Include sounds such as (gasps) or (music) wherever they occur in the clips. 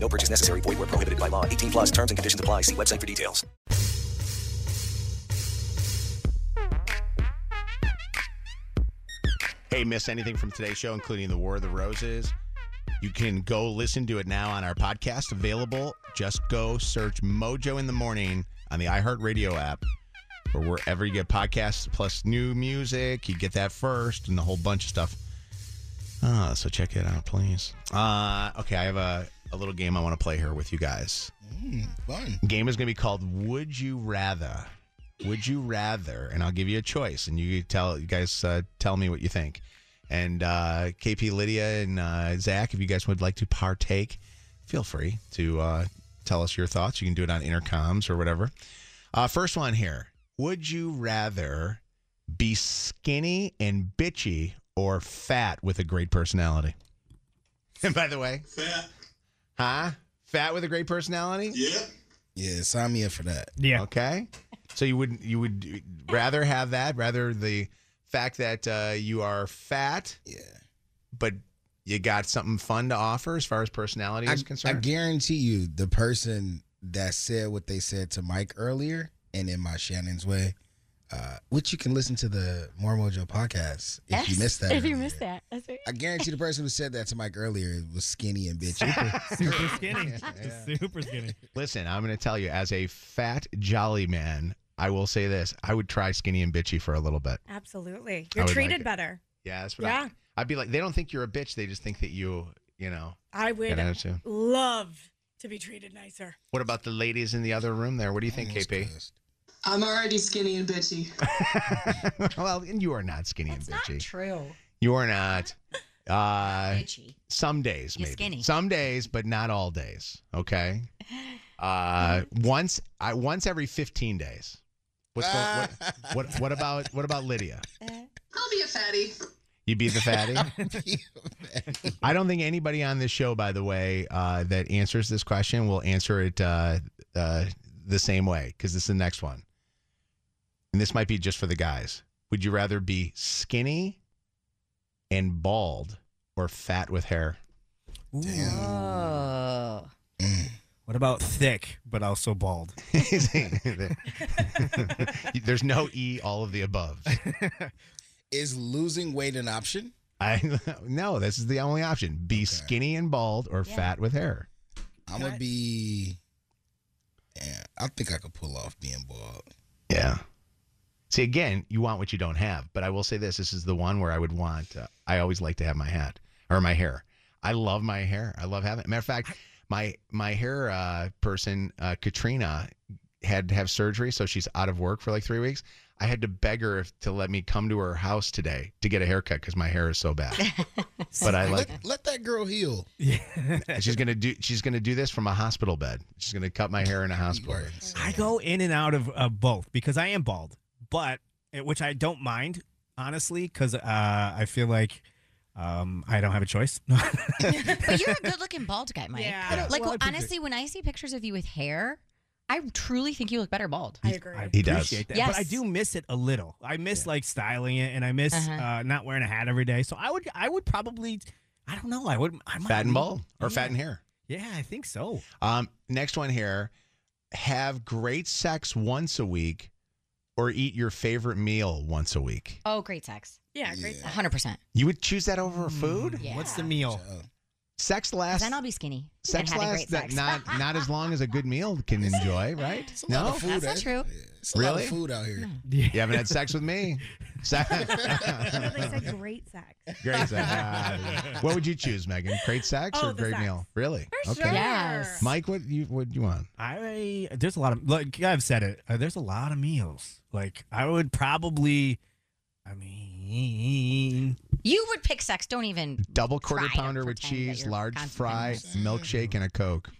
No purchase necessary. Void where prohibited by law. 18 plus terms and conditions apply. See website for details. Hey, miss anything from today's show, including the War of the Roses? You can go listen to it now on our podcast available. Just go search Mojo in the Morning on the iHeartRadio app or wherever you get podcasts plus new music. You get that first and a whole bunch of stuff. Uh, so check it out, please. Uh, okay, I have a, a little game I want to play here with you guys. fun. Game is going to be called Would You Rather? Would you rather? And I'll give you a choice, and you tell you guys uh, tell me what you think. And uh, KP Lydia and uh, Zach, if you guys would like to partake, feel free to uh, tell us your thoughts. You can do it on intercoms or whatever. Uh, first one here: Would you rather be skinny and bitchy or fat with a great personality? (laughs) And by the way, Fat. huh? Fat with a great personality? Yeah. Yeah, sign me up for that. Yeah. Okay. So you would you would rather have that rather the fact that uh, you are fat, Yeah. but you got something fun to offer as far as personality I, is I concerned. guarantee you, the person that said what they said to Mike earlier, and in my Shannon's way, uh, which you can listen to the More Mojo podcast if you missed that. If you earlier. missed that. That's right. I guarantee the person who said that to Mike earlier was skinny and bitchy. (laughs) Super skinny. Yeah. Super skinny. Listen, I'm going to tell you as a fat jolly man, I will say this: I would try skinny and bitchy for a little bit. Absolutely. I You're would like treated it. better. Yeah, that's what Yeah. I, I'd be like. They don't think you're a bitch; they just think that you, you know. I Yeah, would that's true. (laughs) love to be (laughs) treated nicer. (laughs) What about the ladies in the other room there? What do you think, KP? I'm already skinny and bitchy. (laughs) well, and you are not skinny That's and not bitchy. true. You are (laughs) not. Uh, Itchy. some days, You're maybe. skinny. Some days, but not all days. (laughs) Okay. Uh, once I once every fifteen days. What's Ah. going, (laughs) what, what what about what about Lydia? I'll be a fatty. You be the (laughs) fatty. I don't think anybody on this show, by the way, uh, that answers this question will answer it uh, uh, the same way because this is the next one. And this might be just for the guys. Would you rather be skinny and bald or fat with hair? (laughs) Oh. What about thick but also bald? (laughs) There's no E, all of the above. Is losing weight an option? I No, this is the only option be skinny and bald or Yeah. fat with hair. I'm gonna be. Yeah, I think I could pull off being bald. Yeah. See, again, you want what you don't have. But I will say this: this is the one where I would want. Uh, I always like to have my hat or my hair. I love my hair. I love having. It. Matter of fact, my my hair uh, person, uh, Katrina, had to have surgery, so she's out of work for like three weeks. I had to beg her if, to let me come to her house today to get a haircut because my hair is so bad. but I like. Let, let that girl heal. Yeah. it. She's gonna do. She's gonna do this from a hospital bed. She's gonna cut my hair in a hospital. bed. (laughs) I go in and out of uh, both because I am bald, but which I don't mind honestly because uh, I feel like um, I don't have a choice. (laughs) (laughs) But you're a good looking bald guy, Mike. Yeah. I don't- Like, well, I appreciate- honestly, when I see pictures of you with hair, I truly think you look better bald. I agree. I He does. appreciate that, but I Yes. do miss it a little. I miss like styling it, and I miss Uh-huh. uh, not wearing a hat every day. So I would, I would probably, I don't know, I would, I might Fat and leave- bald Yeah. or fat and hair. Yeah, I think so. Um, next one here. Have great sex once a week or eat your favorite meal once a week. Oh, great sex. yeah, great. Yeah. 100%. You would choose that over Mm, food? Mm, Yeah. What's the meal? Sex lasts. 'Cause then I'll be skinny. sex and having lasts great sex. not not as long as a good meal can enjoy, right? It's a lot No. of food That's not out- true. yeah, It's a lot of Really? food out here. Mm. Yeah. You haven't had sex with me. Se- No, they said great sex. great sex. Ah. what would you choose, Megan? Great sex Oh, or the great sex. meal? Really? For okay. sure. Yes. Mike, what you what you want? I there's a lot of like I've said it. Uh, there's a lot of meals. Like I would probably, I mean, You would pick sex. Don't even. Double quarter Try to pounder with pretend that cheese, you're large fry, constipated. milkshake, and a Coke.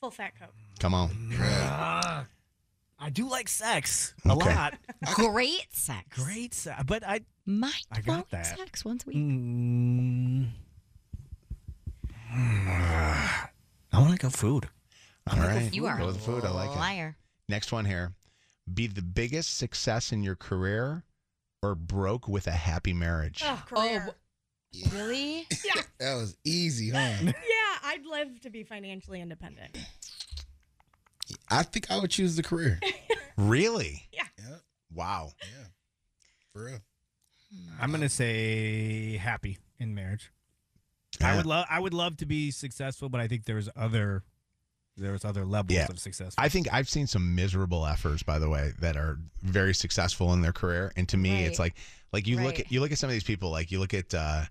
Full fat coke. Come on. Right. I do like sex a Okay. lot. Great sex. Great sex, but I. Mind I got blowing that. sex once a week. Mm, I want to go food. All right. You are Go a with the food. I like it. liar. Next one here. Be the biggest success in your career or broke with a happy marriage. Oh, career. Really? (laughs) That was easy, huh? Yeah, I'd live to be financially independent. I think I would choose the career. Really? Yep. Wow. Yeah. For real. I'm gonna say happy in marriage. I would love. I would love to be successful, but I think there's other. There's other levels Yeah. of success. I think I've seen some miserable effers, by the way, that are very successful in their career. And to me, it's Right. like, like you look Right. at you look at some of these people. Like you look at, uh,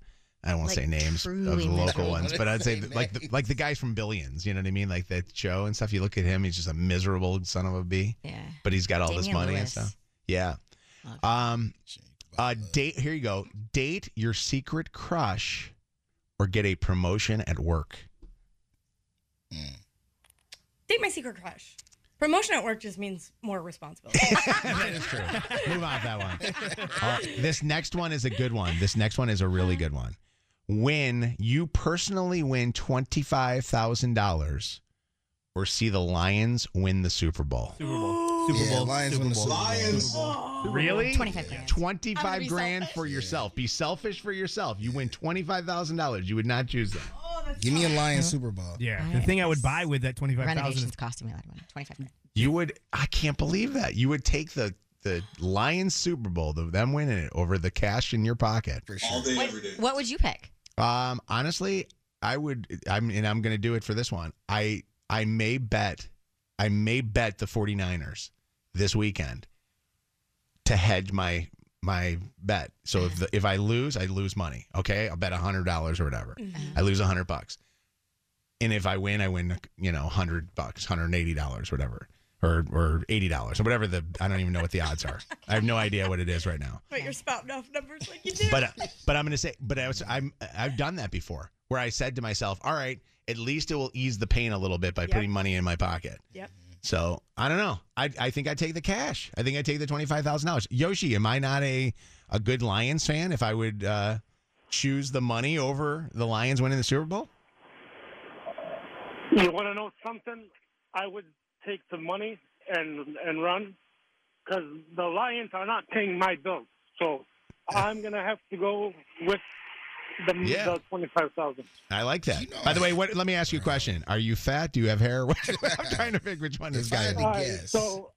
I don't want Like, to say names of the truly local miserable. ones, but I'd say Say like the, names. like the guys from Billions. You know what I mean? Like that show and stuff. You look at him; he's just a miserable son of a b. Yeah. But he's got all this Damian money and Lewis. stuff. Yeah. Love Um. Uh. Love. Date. Here you go. Date your secret crush, or get a promotion at work. Mm. Date my secret crush. Promotion at work just means more (laughs) responsibility. (laughs) that is true. Move on with that one. Uh, this next one is a good one. This next one is a really good one. When you personally win twenty five thousand dollars, or see the Lions win the Super Bowl. Super (gasps) Bowl. Super Yeah, Bowl. Lions Super win the Bowl. Super Bowl. Lions. Really? 25 grand. Twenty I'm gonna five be grand for yourself. Be selfish for yourself. You win twenty five thousand dollars. You would not choose that. Give me a Lions Super Bowl. Yeah. All The right. thing I would buy with that twenty five thousand Renovation's costing me a lot of money. 25 grand. You would. I can't believe that. You would take the the Lions Super Bowl, the, them winning it, over the cash in your pocket. For All sure. day, What, every day. what would you pick? Um, honestly, I would. I'm and I'm going to do it for this one. I I may bet, I may bet the 49ers this weekend to hedge my my bet. So if the, if I lose, I lose money. Okay, I'll bet a hundred dollars or whatever. I lose a hundred bucks, and if I win, I win. You know, hundred bucks, hundred eighty dollars, whatever. Or, or eighty dollars or whatever the I don't even know what the odds are. I have no idea what it is right now but you're spouting off numbers like you do. but uh, but I'm gonna say, but I was I'm I've done that before, where I said to myself, all right, at least it will ease the pain a little bit by Yep. putting money in my pocket. Yep. So I don't know. I I think I take the cash. I think I take the twenty five thousand dollars. Yoshi, am I not a a good Lions fan? If I would uh, choose the money over the Lions winning the Super Bowl, You want to know something? I would take the money and and run because the Lions are not paying my bills. So I'm gonna have to go with the, Yeah. the twenty five thousand. I like that. You know By the I- way, what? Let me ask you a question. Are you fat? Do you have hair? (laughs) I'm trying to pick which one is If I guy. had to guess. So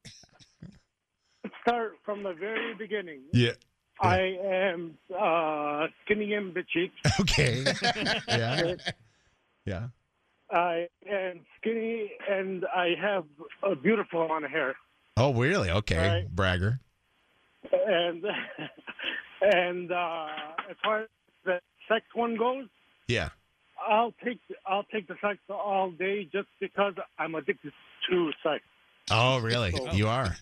start from the very beginning. Yeah. I am uh, skinny and bitchy. (laughs) Okay. yeah. Yeah. I am skinny and I have a beautiful amount of hair. Oh, really? Okay, Right. bragger. and (laughs) and uh, as far as the sex one goes, Yeah. I'll take I'll take the sex all day just because I'm addicted to sex. Oh, really? Oh. You are.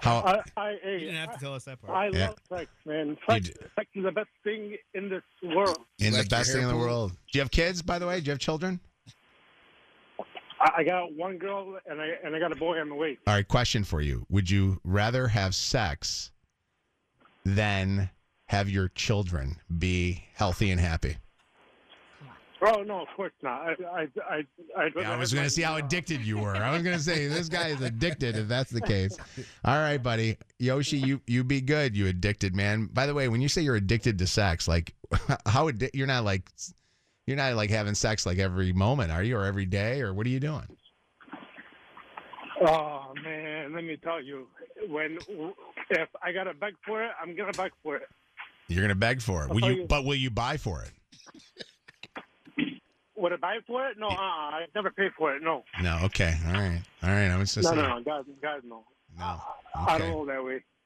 How? I I Oh. You didn't have to tell us that part. I Yeah. love sex, man. Sex, You d- sex is the best thing in this world. In the Like your best thing in the hair world. Do you have kids, by the way? Do you have children? I, I got one girl and I and I got a boy on the way. All right. Question for you: Would you rather have sex than have your children be healthy and happy? Oh no, of course not. I I I, I'd rather I was have going my- to see how addicted you were. I was going to say this guy is addicted. If that's the case, all right, buddy Yoshi, you you be good. You addicted man. By the way, when you say you're addicted to sex, like (laughs) how addi- you're not like you're not like having sex like every moment, are you, or every day, or what are you doing? Oh man, let me tell you, when if I gotta beg for it, I'm gonna beg for it. You're gonna beg for it. I'll Will tell you, you. But will you buy for it? Would I buy for it? No, uh, I never pay for it. No, No. Okay. All right. All right. I was just no, saying. no, no, God, God, no. No. I don't Okay. roll that way.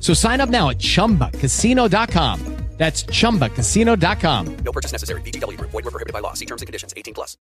So sign up now at chumbacasino.com. That's chumbacasino.com. No purchase necessary. VGW Group. Void were prohibited by law. See terms and conditions. 18 plus.